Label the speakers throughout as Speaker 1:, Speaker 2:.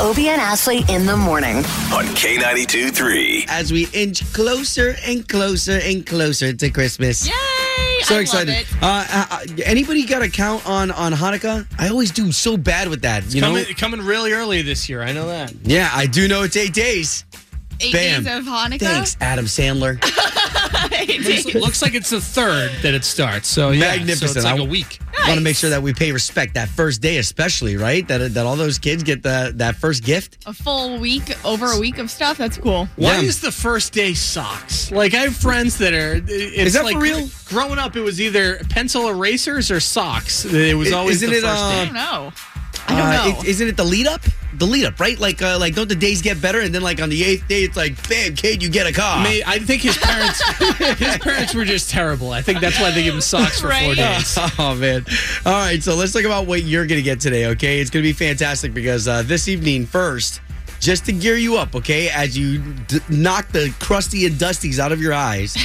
Speaker 1: Obie and Ashley in the morning.
Speaker 2: on K92 3.
Speaker 3: as we inch closer and closer and closer to Christmas.
Speaker 4: Yay!
Speaker 3: So
Speaker 4: I
Speaker 3: excited!
Speaker 4: Love it.
Speaker 3: Uh, uh, uh, anybody got a count on on Hanukkah? I always do so bad with that. You know?
Speaker 5: coming, coming really early this year. I know that.
Speaker 3: Yeah, I do know it's eight days.
Speaker 4: Eight
Speaker 3: Bam.
Speaker 4: days of Hanukkah.
Speaker 3: Thanks, Adam Sandler.
Speaker 4: Eight days.
Speaker 5: It looks like it's the third that it starts. So yeah,
Speaker 3: Magnificent.
Speaker 5: So it's like
Speaker 3: I-
Speaker 5: a week.
Speaker 3: Want to
Speaker 4: Nice.
Speaker 3: make sure that we pay respect that first day, especially right that that all those kids get the that first gift.
Speaker 4: A full week, over a week of stuff. That's cool.
Speaker 5: Why
Speaker 3: Yeah.
Speaker 5: is the first day socks? Like I have friends that are. It's
Speaker 3: Is that for
Speaker 5: like,
Speaker 3: real?
Speaker 5: Growing up, it was either pencil erasers or socks. It was
Speaker 3: I-
Speaker 5: always
Speaker 3: isn't
Speaker 5: the
Speaker 3: it,
Speaker 5: first
Speaker 3: uh,
Speaker 4: I
Speaker 5: day.
Speaker 4: don't know. I don't know.
Speaker 3: is Uh, isn't it the lead up? The lead up, right? Like uh, like don't the days get better and then like on the eighth day it's like, bam, kid, you get a car.
Speaker 5: May- I think his parents, his parents were just terrible. I think that's why they give him socks for four
Speaker 4: Right.
Speaker 5: days.
Speaker 3: Oh man! All right, so let's talk about what you're going to get today. Okay, it's going to be fantastic because uh, this evening, first, just to gear you up, okay, as you d- knock the crusty and dusties out of your eyes.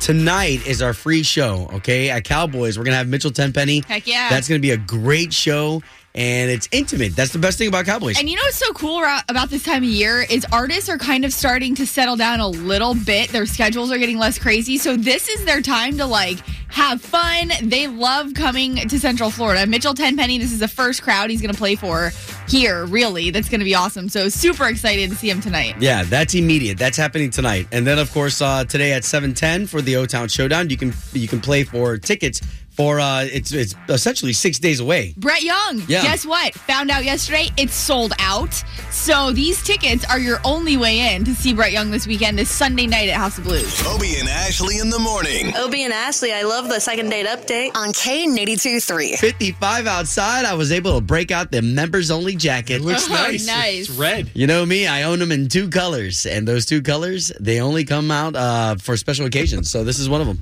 Speaker 3: Tonight is our free show, okay? At Cowboys, we're gonna have Mitchell Tenpenny.
Speaker 4: Heck yeah.
Speaker 3: That's gonna be a great show, and it's intimate. That's the best thing about Cowboys.
Speaker 4: And you know what's so cool ra- about this time of year is artists are kind of starting to settle down a little bit. Their schedules are getting less crazy, so this is their time to like have fun. They love coming to Central Florida. Mitchell Tenpenny, this is the first crowd he's going to play for here. Really, that's going to be awesome. So super excited to see him tonight.
Speaker 3: Yeah, that's immediate. That's happening tonight, and then of course uh, today at seven ten for the O Town Showdown. You can you can play for tickets for uh, it's it's essentially six days away.
Speaker 4: Brett Young,
Speaker 3: Yeah.
Speaker 4: guess what? Found out yesterday it's sold out. So these tickets are your only way in to see Brett Young this weekend, this Sunday night at House of Blues.
Speaker 2: Obie and Ashley in the morning.
Speaker 6: Obie and Ashley, I love the second date update.
Speaker 1: On K82 3.
Speaker 3: 55 outside, I was able to break out the members only jacket.
Speaker 5: It looks
Speaker 4: Oh,
Speaker 5: nice.
Speaker 4: nice.
Speaker 5: It's red.
Speaker 3: You know me, I own them in two colors, and those two colors, they only come out uh, for special occasions. So this is one of them.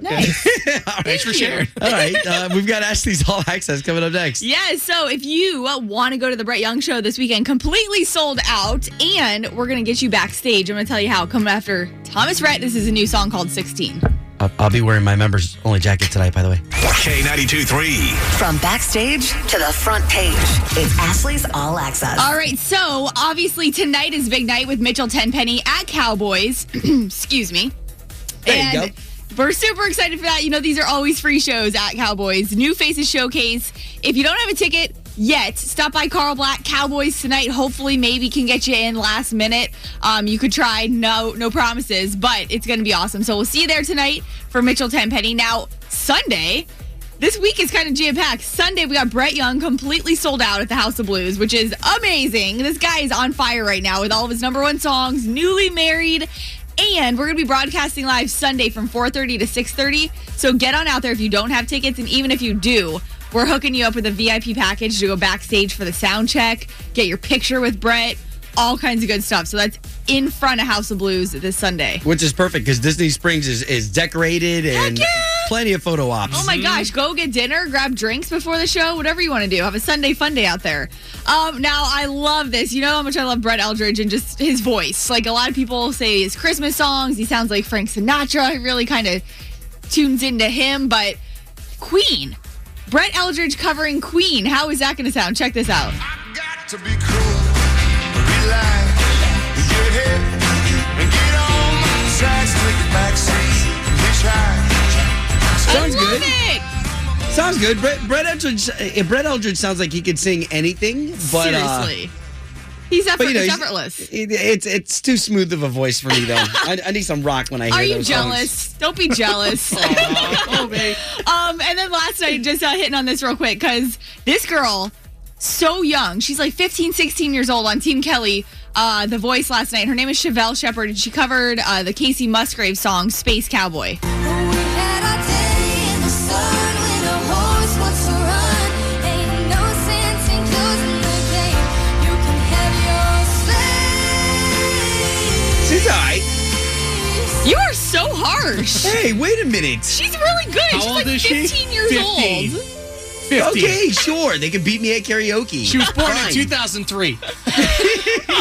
Speaker 4: Nice.
Speaker 5: Thanks for sharing.
Speaker 3: All right, uh, we've got Ashley's All Access coming up next.
Speaker 4: Yeah, so if you uh, want to go to the Brett Young show this weekend, completely sold out, and we're going to get you backstage. I'm going to tell you how. Coming after Thomas Rhett, this is a new song called 16.
Speaker 3: I'll, I'll be wearing my members only jacket tonight, by the way.
Speaker 2: K92 3.
Speaker 1: From backstage to the front page, it's Ashley's All Access.
Speaker 4: All right, so obviously tonight is big night with Mitchell Tenpenny at Cowboys. Excuse me.
Speaker 3: There you
Speaker 4: and
Speaker 3: go.
Speaker 4: We're super excited for that. You know, these are always free shows at Cowboys. New Faces Showcase. If you don't have a ticket yet, stop by Carl Black Cowboys tonight. Hopefully, maybe can get you in last minute. Um, you could try. No, no promises, but it's going to be awesome. So we'll see you there tonight for Mitchell Tenpenny. Now Sunday. This week is kind of jam packed. Sunday, we got Brett Young completely sold out at the House of Blues, which is amazing. This guy is on fire right now with all of his number one songs, newly married, and we're going to be broadcasting live Sunday from 4:30 to 6:30. So get on out there if you don't have tickets and even if you do, we're hooking you up with a VIP package to go backstage for the sound check, get your picture with Brett, all kinds of good stuff. So that's in front of House of Blues this Sunday.
Speaker 3: Which is perfect because Disney Springs is, is decorated and
Speaker 4: yeah!
Speaker 3: plenty of photo ops.
Speaker 4: Oh my gosh, go get dinner, grab drinks before the show, whatever you want to do. Have a Sunday fun day out there. Um, now, I love this. You know how much I love Brett Eldridge and just his voice. Like, a lot of people say his Christmas songs, he sounds like Frank Sinatra. It really kind of tunes into him, but Queen. Brett Eldridge covering Queen. How is that going to sound? Check this out.
Speaker 7: Got to be cool, relax, get hip, and get on my tracks. Take a backseat, hitch
Speaker 3: Sounds
Speaker 4: I love
Speaker 3: good.
Speaker 4: it.
Speaker 3: Sounds good. Brett, Brett, Eldridge, eh, Brett Eldridge sounds like he could sing anything, but. uh,
Speaker 4: Seriously. He's, effort-
Speaker 3: But you know,
Speaker 4: he's
Speaker 3: he's-
Speaker 4: effortless.
Speaker 3: it- it's it's too smooth of a voice for me though. I, I need some rock when I hear.
Speaker 4: Are you
Speaker 3: those
Speaker 4: jealous?
Speaker 3: Songs.
Speaker 4: Don't be jealous.
Speaker 5: Oh, babe.
Speaker 4: Um, and then last night, just uh, hitting on this real quick, because this girl, so young, she's like 15, 16 years old on Team Kelly, uh, The Voice last night. Her name is Chevelle Shepherd, and she covered uh, the Casey Musgrave song, Space Cowboy.
Speaker 3: She's all right.
Speaker 4: You are so harsh.
Speaker 3: Hey, wait a minute.
Speaker 4: She's really good.
Speaker 5: How
Speaker 4: she's
Speaker 5: old
Speaker 4: like
Speaker 5: is she?
Speaker 4: 15 years
Speaker 5: 15.
Speaker 4: old.
Speaker 5: Fifty.
Speaker 3: Okay, sure. They could beat me at karaoke.
Speaker 5: She was born
Speaker 3: Fine.
Speaker 5: in 2003.
Speaker 4: Uh,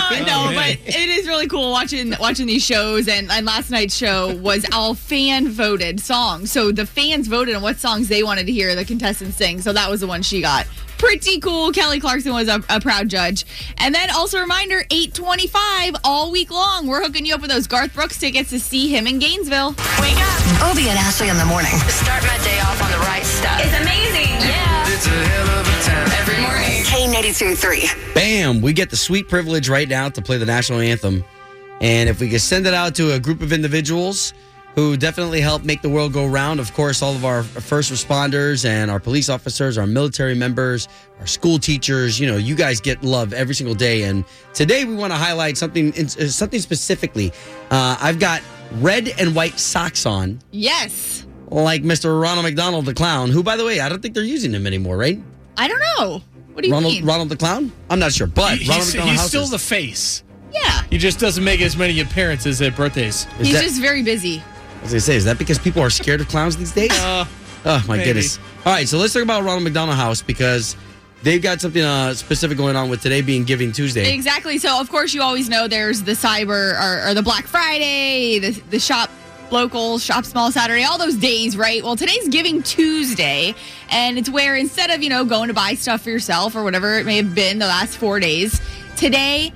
Speaker 3: Oh,
Speaker 4: no,
Speaker 5: man.
Speaker 4: but it is really cool watching watching these shows. And, and last night's show was all fan voted songs. So the fans voted on what songs they wanted to hear the contestants sing. So that was the one she got. pretty cool. Kelly Clarkson was a, a proud judge. And then also a reminder, 825 all week long. We're hooking you up with those Garth Brooks tickets to see him in Gainesville.
Speaker 8: Wake up.
Speaker 1: Obie and Ashley in the morning.
Speaker 8: Uh, Start my day off on the right stuff. It's amazing. Yeah.
Speaker 7: It's a hell of a time.
Speaker 8: Every morning.
Speaker 1: K92 3.
Speaker 3: Bam! We get the sweet privilege right now to play the national anthem. And if we could send it out to a group of individuals who definitely helped make the world go round, of course, all of our first responders and our police officers, our military members, our school teachers, you know, you guys get love every single day. And today we want to highlight something in- uh, something specifically. Uh, I've got red and white socks on,
Speaker 4: Yes.
Speaker 3: like Mr. Ronald McDonald the Clown, who, by the way, I don't think they're using him anymore, right?
Speaker 4: I don't know. What do you
Speaker 3: Ronald,
Speaker 4: mean?
Speaker 3: Ronald the Clown? I'm not sure, but
Speaker 5: He-
Speaker 3: Ronald
Speaker 5: he's
Speaker 3: McDonald
Speaker 5: he's
Speaker 3: House
Speaker 5: still
Speaker 3: is-
Speaker 5: the face.
Speaker 4: yeah.
Speaker 5: He just doesn't make as many appearances at birthdays.
Speaker 3: is
Speaker 4: He's
Speaker 3: that-
Speaker 4: just very busy.
Speaker 3: I was gonna say, is that because people are scared of clowns these days?
Speaker 5: Uh,
Speaker 3: oh my
Speaker 5: maybe.
Speaker 3: goodness! All right, so let's talk about Ronald McDonald House because they've got something uh, specific going on with today being Giving Tuesday.
Speaker 4: Exactly. So, of course, you always know there's the cyber or, or the Black Friday, the, the shop local, shop small Saturday, all those days, right? Well, today's Giving Tuesday, and it's where instead of, you know, going to buy stuff for yourself or whatever it may have been the last four days, today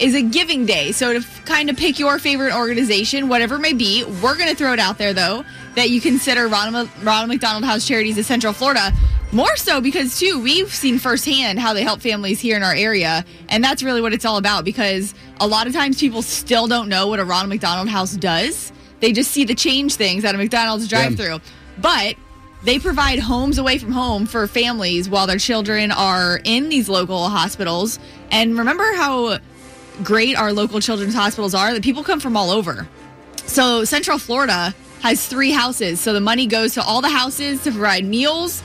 Speaker 4: is a giving day. So, to f- kind of pick your favorite organization, whatever it may be, we're going to throw it out there, though, that you consider Ronald, Ronald McDonald House Charities of Central Florida more so because, too, we've seen firsthand how they help families here in our area. And that's really what it's all about because a lot of times people still don't know what a Ronald McDonald house does. They just see the change things at a McDonald's drive through. But they provide homes away from home for families while their children are in these local hospitals. And remember how great our local children's hospitals are? That people come from all over. So Central Florida has three houses. So the money goes to all the houses to provide meals,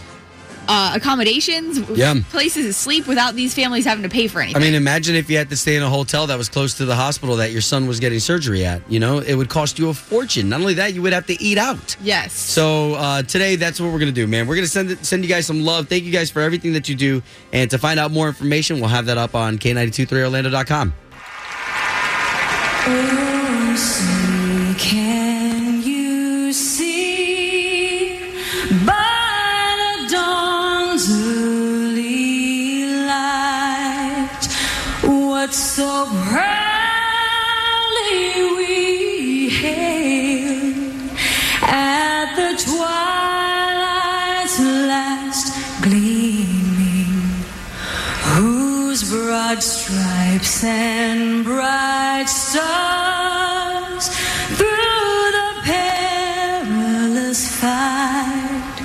Speaker 4: uh, accommodations,
Speaker 3: Yeah.
Speaker 4: places to sleep without these families having to pay for anything.
Speaker 3: I mean, imagine if you had to stay in a hotel that was close to the hospital that your son was getting surgery at. You know, it would cost you a fortune. Not only that, you would have to eat out.
Speaker 4: yes.
Speaker 3: So uh, today, that's what we're gonna do, man. We're gonna send it, send you guys some love. Thank you guys for everything that you do. And to find out more information, we'll have that up on k923orlando.com.
Speaker 8: Can you see by the dawn's early light what so proudly we hailed at the twilight's last gleaming? whose broad stripes and bright stars through the perilous fight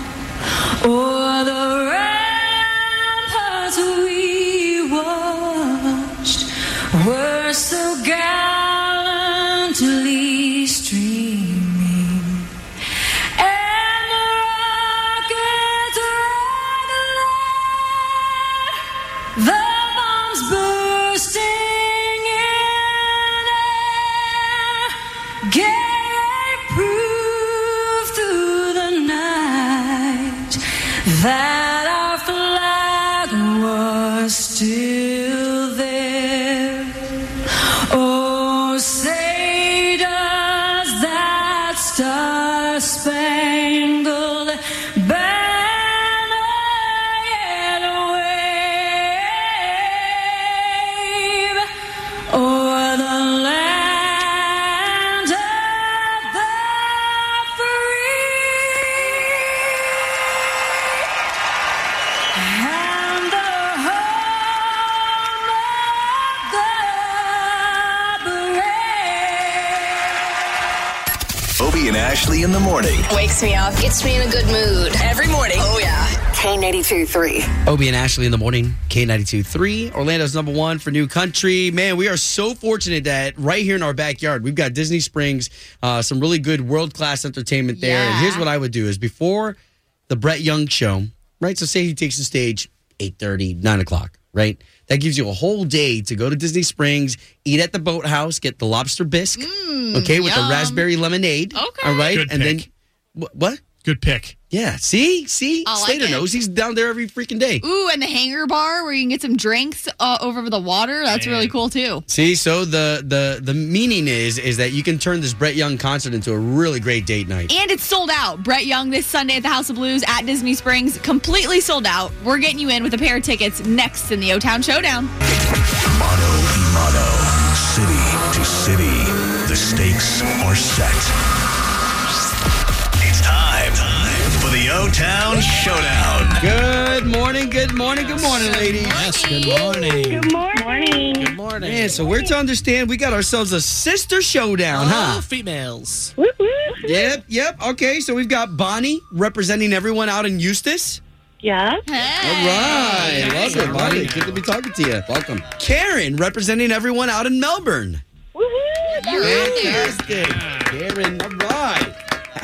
Speaker 8: o'er the ramparts we watched were so gallantly streaming and the rockets regular the bombs bursting in air gave proof through the night that our flag was still there. Oh, say does that star-spangled banner yet wave o'er the land of the free? And the home of the brave.
Speaker 2: Obie and Ashley in the morning.
Speaker 8: Wakes me up, gets me in a good mood. Every morning. Oh, yeah.
Speaker 1: K92 3.
Speaker 3: Obie and Ashley in the morning, K92 3, Orlando's number one for new country. Man, we are so fortunate that right here in our backyard, we've got Disney Springs, uh, some really good world class entertainment there. And
Speaker 4: Yeah.
Speaker 3: here's what I would do is before the Brett Young show, right? So say he takes the stage 8:30, 9 o'clock, right? That gives you a whole day to go to Disney Springs, eat at the boathouse, get the lobster bisque, okay, with the
Speaker 4: Mmm, yum.
Speaker 3: raspberry lemonade.
Speaker 4: Okay.
Speaker 3: All right.
Speaker 5: Good
Speaker 3: and
Speaker 5: pick.
Speaker 3: then wh- what?
Speaker 5: Good pick.
Speaker 3: Yeah. See? See?
Speaker 4: I like
Speaker 3: Slater
Speaker 4: it.
Speaker 3: knows. He's down there every freaking day.
Speaker 4: Ooh, and the hangar bar where you can get some drinks uh, over the water. That's really cool too.
Speaker 3: See, so the the the meaning is is that you can turn this Brett Young concert into a really great date night.
Speaker 4: And it's sold out. Brett Young this Sunday at the House of Blues at Disney Springs, completely sold out. We're getting you in with a pair of tickets next in the O Town Showdown.
Speaker 2: Mono e mono, city to city. The stakes are set. It's time for the O Town Showdown.
Speaker 3: Good morning, good morning, good morning, ladies.
Speaker 5: Yes, good morning. Good
Speaker 9: Morning.
Speaker 5: morning.
Speaker 3: Man, so we're to understand we got ourselves a sister showdown, huh?
Speaker 5: females.
Speaker 9: Woo woo.
Speaker 3: Yep, yep. Okay, so we've got Bonnie representing everyone out in Eustis.
Speaker 9: Yeah.
Speaker 3: All
Speaker 4: Hey.
Speaker 3: right.
Speaker 5: Nice.
Speaker 3: Welcome, Bonnie. Good to be talking to you. Welcome. Karen representing everyone out in Melbourne.
Speaker 9: Woo
Speaker 4: You're
Speaker 9: woo.
Speaker 4: out there.
Speaker 3: Karen. All right.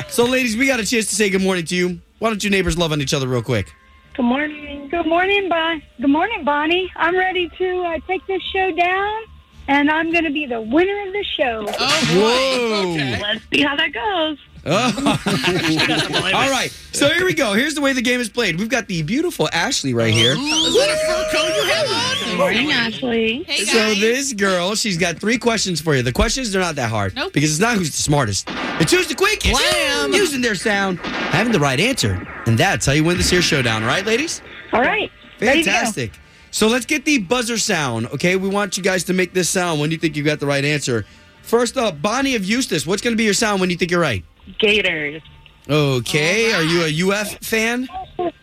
Speaker 3: So, ladies, we got a chance to say good morning to you. Why don't you neighbors love on each other real quick?
Speaker 9: Good morning. Good morning, Bon. Good morning, Bonnie. I'm ready to uh, take this show down, and I'm going to be the winner of the show.
Speaker 3: Whoa.
Speaker 9: Let's see how that goes.
Speaker 3: Oh. All right. So here we go. Here's the way the game is played. We've got the beautiful Ashley right here.
Speaker 9: Good morning, Ashley.
Speaker 4: Hey guys.
Speaker 3: So this girl, she's got three questions for you. The questions are not that hard.
Speaker 4: Nope.
Speaker 3: Because it's not who's the smartest. It's who's the quickest.
Speaker 5: Blam.
Speaker 3: Using their sound, having the right answer. And that's how you win this here showdown, right, ladies?
Speaker 9: All right. Ready to go.
Speaker 3: Fantastic. So let's get the buzzer sound, okay? We want you guys to make this sound when you think you got the right answer. First up, Bonnie of Eustis, what's going to be your sound when you think you're right?
Speaker 9: Gators.
Speaker 3: Okay. Are you a UF fan?
Speaker 9: Of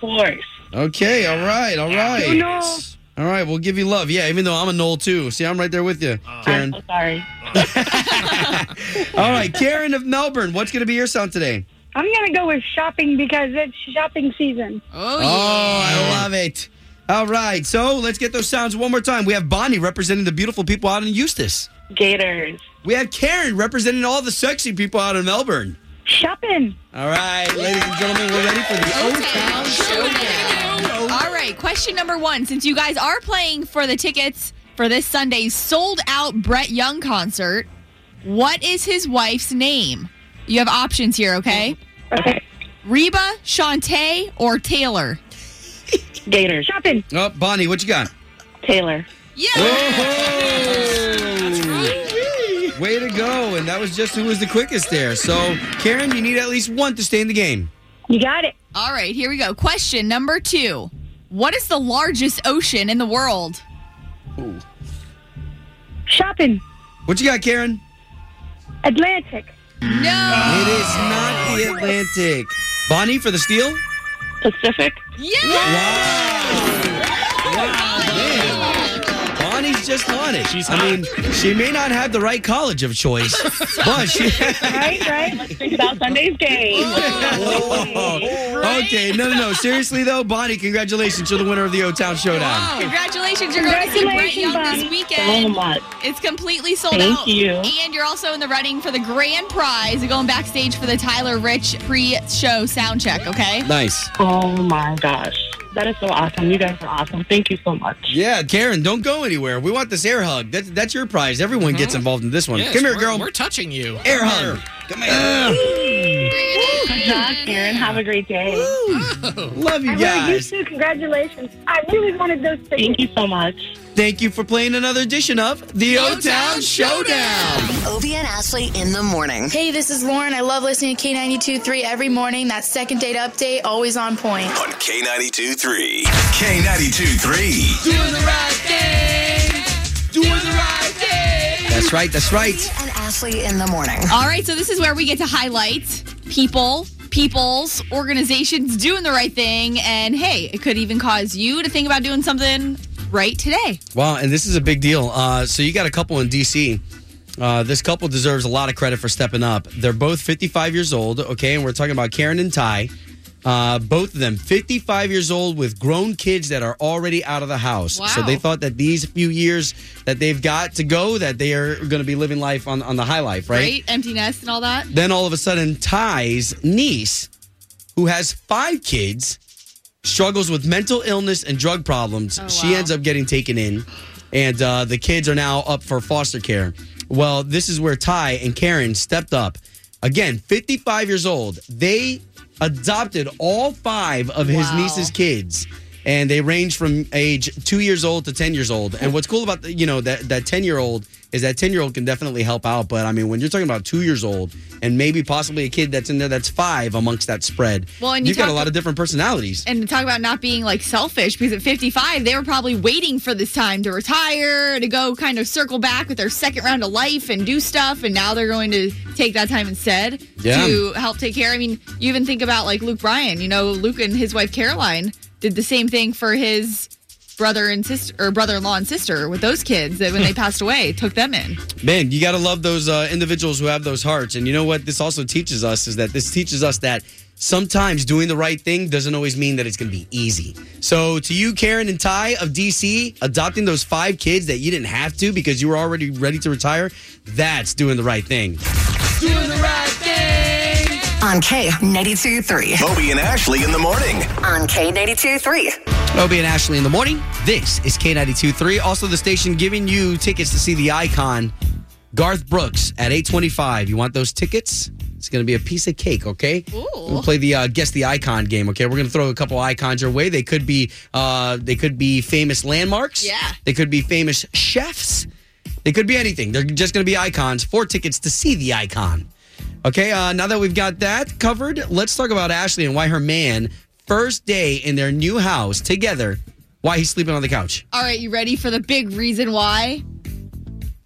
Speaker 9: course.
Speaker 3: Okay. All right. All right.
Speaker 9: Oh, no.
Speaker 3: All right. We'll give you love. Yeah. Even though I'm a Noel too. See, I'm right there with you, Karen.
Speaker 9: sorry.
Speaker 3: All right, Karen of Melbourne. What's going to be your sound today?
Speaker 9: I'm going to go with shopping because it's shopping season.
Speaker 4: oh,
Speaker 3: Oh, I love it. All right. So let's get those sounds one more time. We have Bonnie representing the beautiful people out in Eustis.
Speaker 9: Gators.
Speaker 3: We have Karen representing all the sexy people out in Melbourne.
Speaker 9: Shopping.
Speaker 3: All right, ladies and gentlemen, we're ready for the O Town
Speaker 4: All
Speaker 3: Showdown.
Speaker 4: right, question number one. Since you guys are playing for the tickets for this Sunday's sold out Brett Young concert, what is his wife's name? You have options here, okay?
Speaker 9: Okay.
Speaker 4: Reba, Shantae, or Taylor?
Speaker 9: Gators. Shopping.
Speaker 3: Oh, Bonnie, what you got? Oh,
Speaker 9: Taylor.
Speaker 4: Yeah.
Speaker 3: Way to go. And that was just who was the quickest there. So, Karen, you need at least one to stay in the game.
Speaker 9: You got it.
Speaker 4: All right, here we go. Question number two. What is the largest ocean in the world?
Speaker 9: Shopping.
Speaker 3: What you got, Karen?
Speaker 9: Atlantic.
Speaker 4: No.
Speaker 3: It is not the Atlantic. Bonnie for the steal?
Speaker 9: Pacific.
Speaker 4: Yeah.
Speaker 3: Bonnie's just on it.
Speaker 5: She's
Speaker 3: I mean, she may not have the right college of choice, but she.
Speaker 9: Right, right. Let's think about Sunday's game.
Speaker 3: okay, no, no, no. Seriously, though, Bonnie, congratulations. You're the winner of the O Town Showdown.
Speaker 4: Congratulations, you're going to see Brett Young
Speaker 9: Congratulations,
Speaker 4: this
Speaker 9: Bonnie.
Speaker 4: weekend.
Speaker 9: much.
Speaker 4: It's completely sold
Speaker 9: Oh Thank
Speaker 4: out.
Speaker 9: you.
Speaker 4: And you're also in the running for the grand prize going backstage for the Tyler Rich pre-show sound check, okay?
Speaker 3: Nice.
Speaker 9: Oh my gosh. That is so awesome. You guys are awesome. Thank you so much.
Speaker 3: Yeah, Karen, don't go anywhere. We want this air hug. That's, that's your prize. Everyone gets involved in this one. Come here,
Speaker 5: we're-
Speaker 3: girl.
Speaker 5: We're touching you.
Speaker 3: Air hug. Come here.
Speaker 9: Good job, Karen. Have a great day.
Speaker 3: Love you guys.
Speaker 9: too. Congratulations. I really wanted those things. Thank you so much.
Speaker 3: Thank you for playing another edition of the O Town Showdown.
Speaker 1: Obie and Ashley in the morning.
Speaker 8: Hey, this is Lauren. I love listening to K92 3 every morning. That second date update, always on point.
Speaker 2: On K92 3. K92 3.
Speaker 3: That's right. That's right.
Speaker 1: And Ashley in the morning.
Speaker 4: All right, so this is where we get to highlight people, peoples, organizations doing the right thing. And hey, it could even cause you to think about doing something right today.
Speaker 3: Wow, and this is a big deal. Uh, so you got a couple in DC. Uh, this couple deserves a lot of credit for stepping up. They're both 55 years old, okay, and we're talking about Karen and Ty. Uh, both of them 55 years old with grown kids that are already out of the house. So
Speaker 4: Wow.
Speaker 3: they thought that these few years that they've got to go, that they are going to be living life on, on the high life,
Speaker 4: Right?
Speaker 3: right?
Speaker 4: Empty nest and all that.
Speaker 3: Then all of a sudden, Ty's niece, who has five kids, struggles with mental illness and drug problems. She
Speaker 4: Oh, wow.
Speaker 3: ends up getting taken in, and uh, the kids are now up for foster care. Well, this is where Ty and Karen stepped up. Again, 55 years old. They adopted all five of his
Speaker 4: Wow.
Speaker 3: niece's kids. And they range from age two years old to ten years old. And what's cool about the, you know that that ten year old is that ten year old can definitely help out. But I mean, when you're talking about two years old and maybe possibly a kid that's in there that's five amongst that spread,
Speaker 4: Well, and you
Speaker 3: you've got a
Speaker 4: talk-
Speaker 3: lot of different personalities.
Speaker 4: and talk about not being like selfish because at 55 they were probably waiting for this time to retire to go kind of circle back with their second round of life and do stuff and now they're going to take that time instead
Speaker 3: Yeah.
Speaker 4: to help take care i mean you even think about like luke bryan you know luke and his wife caroline did the same thing for his brother and sister or brother-in-law and sister with those kids that when they passed away took them in
Speaker 3: Man, you got to love those uh, individuals who have those hearts. And you know what this also teaches us is that this teaches us that sometimes doing the right thing doesn't always mean that it's going to be easy. So, to you, Karen and Ty of DC, adopting those five kids that you didn't have to because you were already ready to retire, that's doing the right thing.
Speaker 1: On K92.3.
Speaker 2: Obie and Ashley in the morning.
Speaker 1: On K92.3.
Speaker 3: Obie and Ashley in the morning. This is K92.3. Also, the station giving you tickets to see the icon, Garth Brooks, at 825. You want those tickets? It's going to be a piece of cake, okay?
Speaker 4: Ooh.
Speaker 3: We'll play the uh, guess the icon game, okay? We're going to throw a couple icons your way. They could be uh, they could be famous landmarks.
Speaker 4: Yeah.
Speaker 3: They could be famous chefs. They could be anything. They're just going to be icons. Four tickets to see the icon. Okay, uh, now that we've got that covered, let's talk about Ashley and why her man, first day in their new house together, why he's sleeping on the couch.
Speaker 4: all right you ready for the big reason why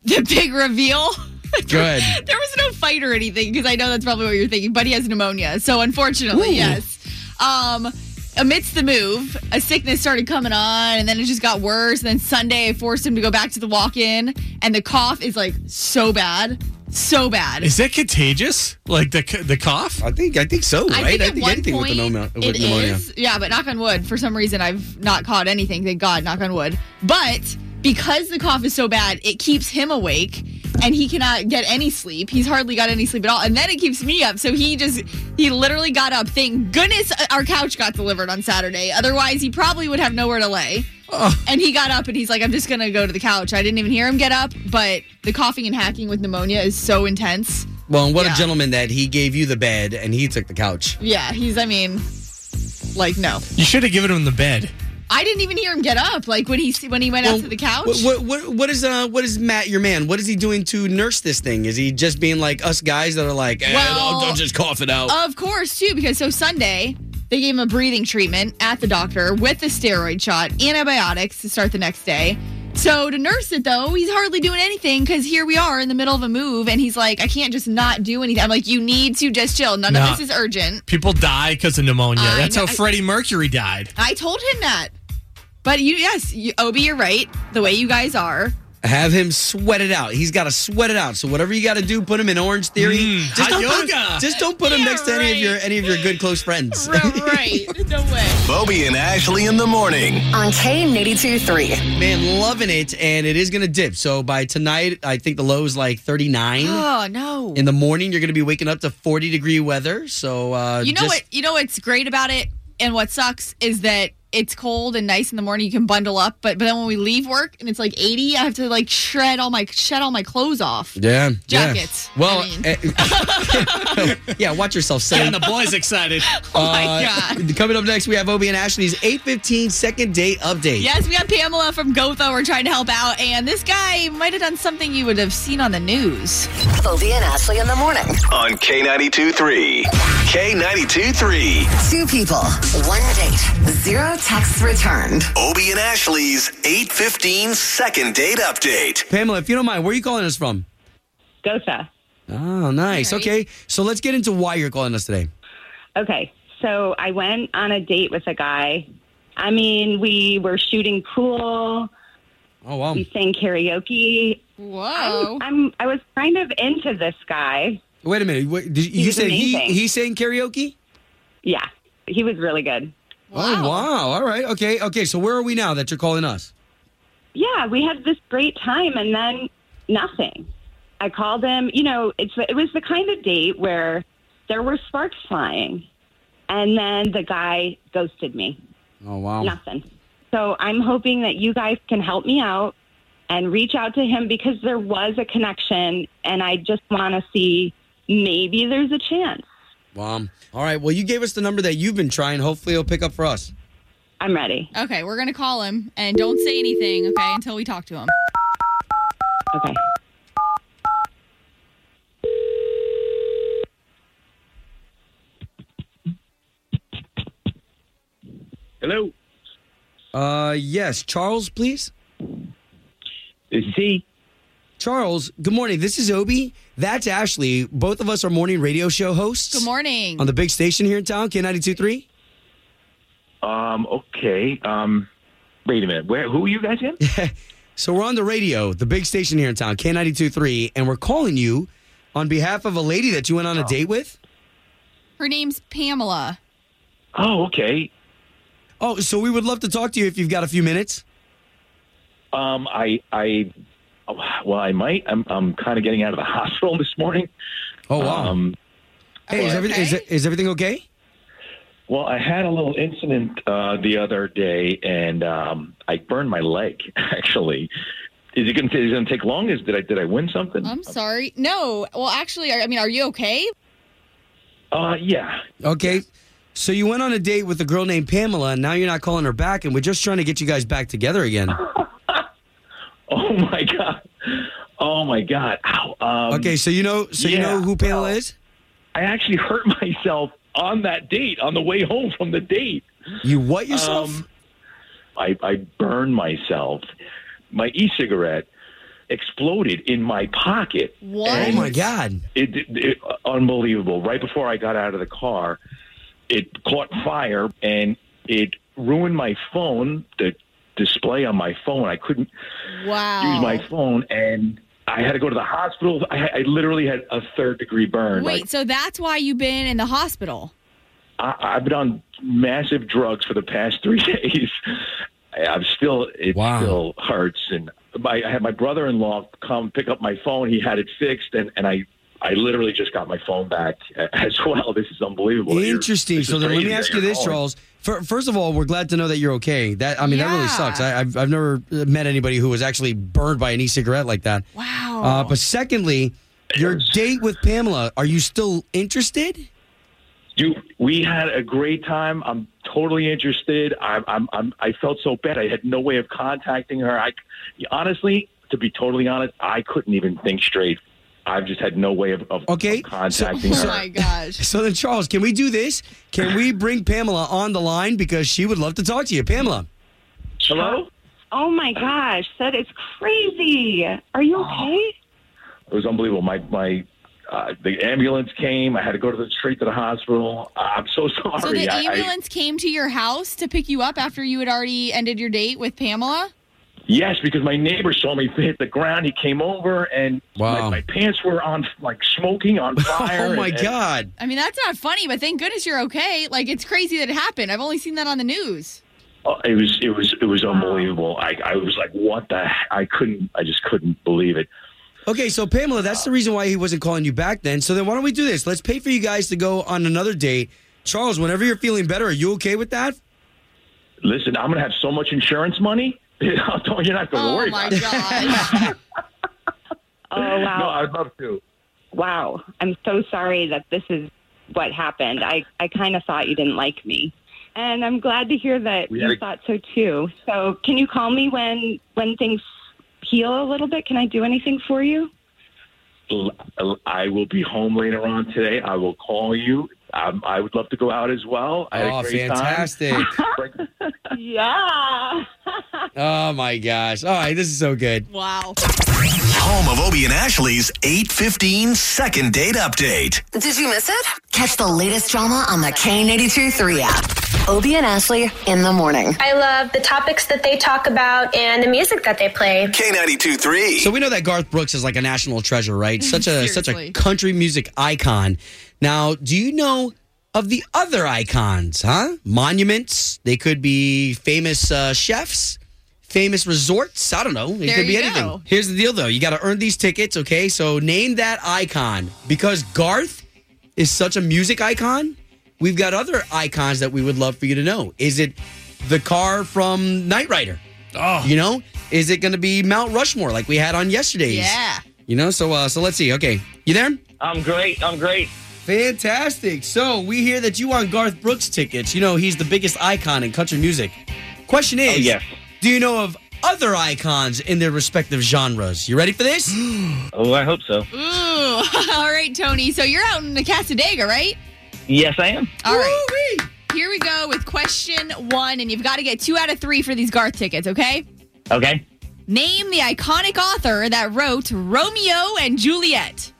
Speaker 4: the big reveal
Speaker 3: Good.
Speaker 4: there was no fight or anything because I know that's probably what you're thinking, but he has pneumonia. So unfortunately,
Speaker 3: Ooh.
Speaker 4: yes. Um, amidst the move, a sickness started coming on and then it just got worse. And then Sunday, I forced him to go back to the walk in, and the cough is like so bad. So bad.
Speaker 5: Is that contagious? Like the c- the cough?
Speaker 3: I think I think so, right?
Speaker 4: I think, at one
Speaker 3: anything
Speaker 4: point,
Speaker 3: with pneumonia. With
Speaker 4: it
Speaker 3: pneumonia.
Speaker 4: is. Yeah, but knock on wood. For some reason, I've not caught anything. Thank God, knock on wood. But because the cough is so bad, it keeps him awake, and he cannot get any sleep. He's hardly got any sleep at all, and then it keeps me up. So he just he literally got up. Thank goodness uh, our couch got delivered on Saturday. Otherwise, he probably would have nowhere to lay. And he got up and he's like, I'm just gonna go to the couch. I didn't even hear him get up, but the coughing and hacking with pneumonia is so intense.
Speaker 3: Well, and what
Speaker 4: Yeah.
Speaker 3: a gentleman that he gave you the bed and he took the couch.
Speaker 4: Yeah, he's, I mean, like, no.
Speaker 5: You should have given him the bed.
Speaker 4: I didn't even hear him get up. Like when he when he went out to the couch.
Speaker 3: What, what what what is uh what is Matt your man? What is he doing to nurse this thing? Is he just being like us guys that are like, eh,
Speaker 4: Well-
Speaker 3: I'll, I'll just cough it out?
Speaker 4: Of course, too, because so Sunday they gave him a breathing treatment at the doctor with a steroid shot, antibiotics to start the next day. So to nurse it though, he's hardly doing anything because here we are in the middle of a move, and he's like, I can't just not do anything. I'm like, you need to just chill. None
Speaker 5: Nah.
Speaker 4: of this is urgent.
Speaker 5: People die because of pneumonia.
Speaker 4: I
Speaker 5: That's
Speaker 4: know-
Speaker 5: how
Speaker 4: I-
Speaker 5: Freddie Mercury died.
Speaker 4: I told him that. But you, yes, you, Obi, you're right. The way you guys are,
Speaker 3: Have him sweat it out. He's got to sweat it out. So whatever you got to do, put him in Orange Theory.
Speaker 5: Mm, hot
Speaker 3: don't
Speaker 5: yoga.
Speaker 3: Put, just don't put him
Speaker 4: Yeah,
Speaker 3: next to any of
Speaker 4: right.
Speaker 3: your any of your good close friends.
Speaker 4: right? No way.
Speaker 2: Obie and Ashley in the morning.
Speaker 1: On K92.3.
Speaker 3: Man, loving it, and it is gonna dip. So by tonight, I think the low is like 39.
Speaker 4: Oh no.
Speaker 3: In the morning, you're gonna be waking up to 40 degree weather. So uh,
Speaker 4: You know
Speaker 3: just-
Speaker 4: what? You know what's great about it, and what sucks is that it's cold and nice in the morning. You can bundle up, but but then when we leave work and it's like eighty, I have to like shred all my shed all my clothes off.
Speaker 3: Yeah. yeah.
Speaker 4: Jackets, I
Speaker 3: Well,
Speaker 4: mean.
Speaker 3: eh, yeah. Watch yourself, silly.
Speaker 5: And the boy's excited.
Speaker 4: Oh my
Speaker 3: Uh,
Speaker 4: god!
Speaker 3: Coming up next, we have Obie and Ashley's 8:15 second date update.
Speaker 4: Yes, we got Pamela from Gotha. We're trying to help out, and this guy might have done something you would have seen on the news.
Speaker 1: Obie and Ashley in the morning.
Speaker 2: On K92 3. K92 3.
Speaker 1: Two people, one date, zero texts returned.
Speaker 2: Obie and Ashley's 815 second date update.
Speaker 3: Pamela, if you don't mind, where are you calling us from?
Speaker 10: Gotha.
Speaker 3: Oh, nice.
Speaker 4: All right.
Speaker 3: Okay. So let's get into why you're calling us today.
Speaker 10: Okay, so I went on a date with a guy. I mean, we were shooting pool.
Speaker 3: Oh, wow.
Speaker 10: We sang karaoke.
Speaker 4: Whoa!
Speaker 10: I'm I was kind of into this guy.
Speaker 3: Wait a minute. Wait, did, you
Speaker 10: was
Speaker 3: said he,
Speaker 10: amazing.
Speaker 3: he sang karaoke?
Speaker 10: Yeah, he was really good.
Speaker 3: Oh, wow. All right. Okay. Okay. So where are we now that you're calling us?
Speaker 10: Yeah, we had this great time, and then nothing. I called him. You know, it's it was the kind of date where there were sparks flying, and then the guy ghosted me.
Speaker 3: Oh, wow.
Speaker 10: Nothing. So I'm hoping that you guys can help me out and reach out to him because there was a connection, and I just want to see maybe there's a chance.
Speaker 3: Mom. All right. Well, you gave us the number that you've been trying. Hopefully, it'll pick up for us.
Speaker 10: I'm ready.
Speaker 4: Okay, we're gonna call him and don't say anything, okay, until we talk to him.
Speaker 10: Okay.
Speaker 11: Hello.
Speaker 3: Uh, yes, Charles, please.
Speaker 11: This is he.
Speaker 3: Charles, good morning. This is Obi. That's Ashley. Both of us are morning radio show hosts.
Speaker 4: Good morning.
Speaker 3: On the big station here in town, K92.3.
Speaker 11: Um, okay. Um, wait a minute. Where? Who are you guys in?
Speaker 3: So we're on the radio, the big station here in town, K92.3, and we're calling you on behalf of a lady that you went on a date with.
Speaker 4: Her name's Pamela.
Speaker 11: Oh, okay.
Speaker 3: Oh, so we would love to talk to you if you've got a few minutes.
Speaker 11: Um, I, I, well, I might. I'm, I'm kind of getting out of the hospital this morning.
Speaker 3: Oh wow.
Speaker 11: Um,
Speaker 3: Hey, is, everything, is, is everything okay?
Speaker 11: well, I had a little incident uh, the other day, and um, I burned my leg. Actually, is it going to is it going to take long? Is did I did I win something?
Speaker 4: I'm sorry. No. Well, actually, I I mean, are you okay?
Speaker 11: Uh, yeah.
Speaker 3: Okay. So you went on a date with a girl named Pamela, and now you're not calling her back, and we're just trying to get you guys back together again.
Speaker 11: Um, Oh my god. Oh my god. Ow. Um,
Speaker 3: okay, so you know, so you
Speaker 11: yeah,
Speaker 3: know who Pamela
Speaker 11: well,
Speaker 3: is.
Speaker 11: I actually hurt myself on that date on the way home from the date.
Speaker 3: You what yourself?
Speaker 11: Um, I, I burned myself. My e-cigarette exploded in my pocket.
Speaker 4: What?
Speaker 3: oh
Speaker 11: and-
Speaker 3: my god!
Speaker 11: It, it, it unbelievable. Right before I got out of the car, it caught fire and it ruined my phone. The display on my phone. I couldn't
Speaker 4: Wow.
Speaker 11: use my phone, and I had to go to the hospital. I, I literally had a third degree burn. Like,
Speaker 4: Wait, so that's why you've been in the hospital.
Speaker 11: I, I've been on massive drugs for the past three days. I- I'm still, it
Speaker 3: Wow.
Speaker 11: still hurts. And my, I had my brother-in-law come pick up my phone. He had it fixed, and, and I, I literally just got my phone back a- as well. This is unbelievable. You're-
Speaker 3: Interesting.
Speaker 11: this
Speaker 3: So
Speaker 11: is
Speaker 3: then, let
Speaker 11: crazy
Speaker 3: me
Speaker 11: that
Speaker 3: ask you
Speaker 11: you're
Speaker 3: this,
Speaker 11: calling.
Speaker 3: Charles. Fir- First of all, we're glad to know that you're okay. That I mean, that really
Speaker 4: Yeah.
Speaker 3: sucks. I, I've I've never met anybody who was actually burned by an e-cigarette like that.
Speaker 4: Wow.
Speaker 3: Uh, but secondly, your date with Pamela. Are you still interested?
Speaker 11: You, we had a great time. I'm totally interested. I'm, I'm, I'm, I felt so bad. I had no way of contacting her. I, honestly, to be totally honest, I couldn't even think straight. I've just had no way of, of, of
Speaker 3: Okay, so-
Speaker 11: contacting
Speaker 4: oh
Speaker 11: her.
Speaker 4: my gosh.
Speaker 3: So then, Charles, can we do this? Can we bring Pamela on the line because she would love to talk to you, Pamela?
Speaker 11: Hello?
Speaker 10: Oh my gosh, that is crazy. Are you okay?
Speaker 11: Ah. It was unbelievable. My my uh, the ambulance came. I had to go to the straight to the hospital. Uh, I'm so sorry.
Speaker 4: So the
Speaker 11: I- I-
Speaker 4: ambulance came to your house to pick you up after you had already ended your date with Pamela?
Speaker 11: yes, because my neighbor saw me hit the ground. He came over and
Speaker 3: Wow.
Speaker 11: my, my pants were on like smoking on fire.
Speaker 3: oh my
Speaker 11: and- and-
Speaker 3: God!
Speaker 4: I mean, that's not funny, but thank goodness you're okay. Like, it's crazy that it happened. I've only seen that on the news.
Speaker 11: Oh, it was it was it was unbelievable. I I was like, what the? he- I couldn't. I just couldn't believe it.
Speaker 3: Okay, so Pamela, that's the reason why he wasn't calling you back then. So then, why don't we do this? Let's pay for you guys to go on another date. Charles, whenever you're feeling better, are you okay with that?
Speaker 11: Listen, I'm gonna have so much insurance money. You're not going to
Speaker 4: Oh
Speaker 11: worry
Speaker 4: my
Speaker 11: about it.
Speaker 4: gosh.
Speaker 10: Oh
Speaker 11: No,
Speaker 10: wow.
Speaker 11: I'd love to.
Speaker 10: wow. I'm so sorry that this is what happened. I, I kind of thought you didn't like me. And I'm glad to hear that
Speaker 11: We
Speaker 10: you
Speaker 11: had a-
Speaker 10: thought so too. So can you call me when when things heal a little bit? Can I do anything for you?
Speaker 11: L- I will be home later on today. I will call you. Um, I would love to go out as well. I had
Speaker 3: Oh,
Speaker 11: a great
Speaker 3: fantastic!
Speaker 11: Time. Frank-
Speaker 10: Yeah.
Speaker 3: oh my gosh! All right, this is so good.
Speaker 4: wow.
Speaker 2: Home of Obie and Ashley's 815 second date update.
Speaker 1: Did you miss it? Catch the latest drama on the K82-3 app. Obie and Ashley in the morning.
Speaker 12: I love the topics that they talk about and the music that they play.
Speaker 2: K92 3.
Speaker 3: So we know that Garth Brooks is like a national treasure, right? Such a such a
Speaker 4: Seriously.
Speaker 3: country music icon. Now, do you know of the other icons? Huh? Monuments. They could be famous uh, chefs, famous resorts. I don't know. It
Speaker 4: There
Speaker 3: could be
Speaker 4: you
Speaker 3: anything.
Speaker 4: go.
Speaker 3: Here's the deal, though. You got to earn these tickets. Okay, so name that icon because Garth is such a music icon. We've got other icons that we would love for you to know. Is it the car from Knight Rider?
Speaker 13: Ah.
Speaker 3: You know, is it going to be Mount Rushmore like we had on yesterday's?
Speaker 4: Yeah.
Speaker 3: You know, so uh, so let's see. Okay, you there?
Speaker 13: I'm great. I'm great.
Speaker 3: Fantastic. So we hear that you want Garth Brooks tickets. You know he's the biggest icon in country music.
Speaker 13: Oh,
Speaker 3: Question is, do you know of other icons in their respective genres? You ready for this?
Speaker 13: oh, I hope so.
Speaker 4: Ooh. All right, Tony. So you're out in the Casadega, right?
Speaker 13: Yes, I am.
Speaker 4: All right. Here we go with question one, and you've got to get two out of three for these Garth tickets, okay?
Speaker 13: Okay.
Speaker 4: Name the iconic author that wrote Romeo and Juliet.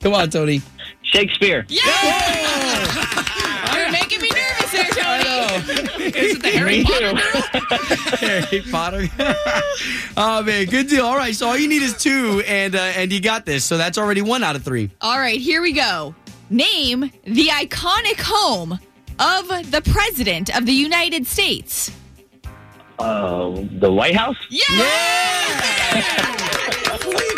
Speaker 3: Come on, Tony.
Speaker 13: Shakespeare.
Speaker 4: You're making me nervous there, Tony.
Speaker 3: Is it the Harry Potter? Harry Potter. oh man, good deal. All right, so all you need is two, and uh, and you got this. So that's already one out of three.
Speaker 4: All right, here we go. Name the iconic home of the President of the United States.
Speaker 13: Uh, the White House.
Speaker 4: Yeah.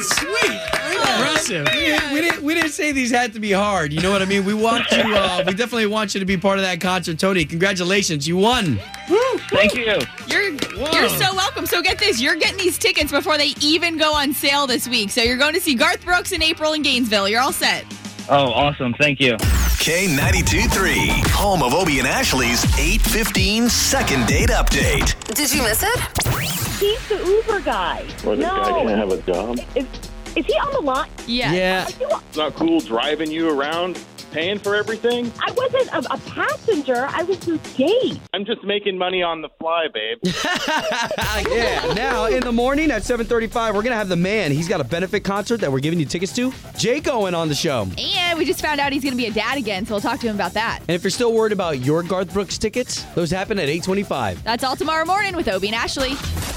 Speaker 3: Sweet. Impressive. We, didn't- we didn't we didn't say these had to be hard. You know what I mean? We want you. Uh, we definitely want you to be part of that concert, Tony. Congratulations, you won.
Speaker 13: Thank you.
Speaker 4: You're you're so welcome. So get this, you're getting these tickets before they even go on sale this week. So you're going to see Garth Brooks in April in Gainesville. You're all set.
Speaker 13: Oh, awesome. Thank you.
Speaker 2: K92 3, home of Obie and Ashley's 815 second date update.
Speaker 1: Did you miss it?
Speaker 14: He's the Uber guy.
Speaker 11: Well, this guy
Speaker 14: no.
Speaker 11: didn't have a job.
Speaker 14: Is, is he on the lot?
Speaker 11: Yeah. It's not cool driving you around, paying for everything.
Speaker 14: I wasn't a, a passenger. I was his date.
Speaker 11: I'm just making money on the fly, babe.
Speaker 3: Yeah. Now in the morning at 7:35, we're gonna have the man. He's got a benefit concert that we're giving you tickets to. Jake Owen on the show.
Speaker 4: And we just found out he's going to be a dad again, so we'll talk to him about that.
Speaker 3: And if you're still worried about your Garth Brooks tickets, those happen at 825.
Speaker 4: That's all tomorrow morning with Obie and Ashley.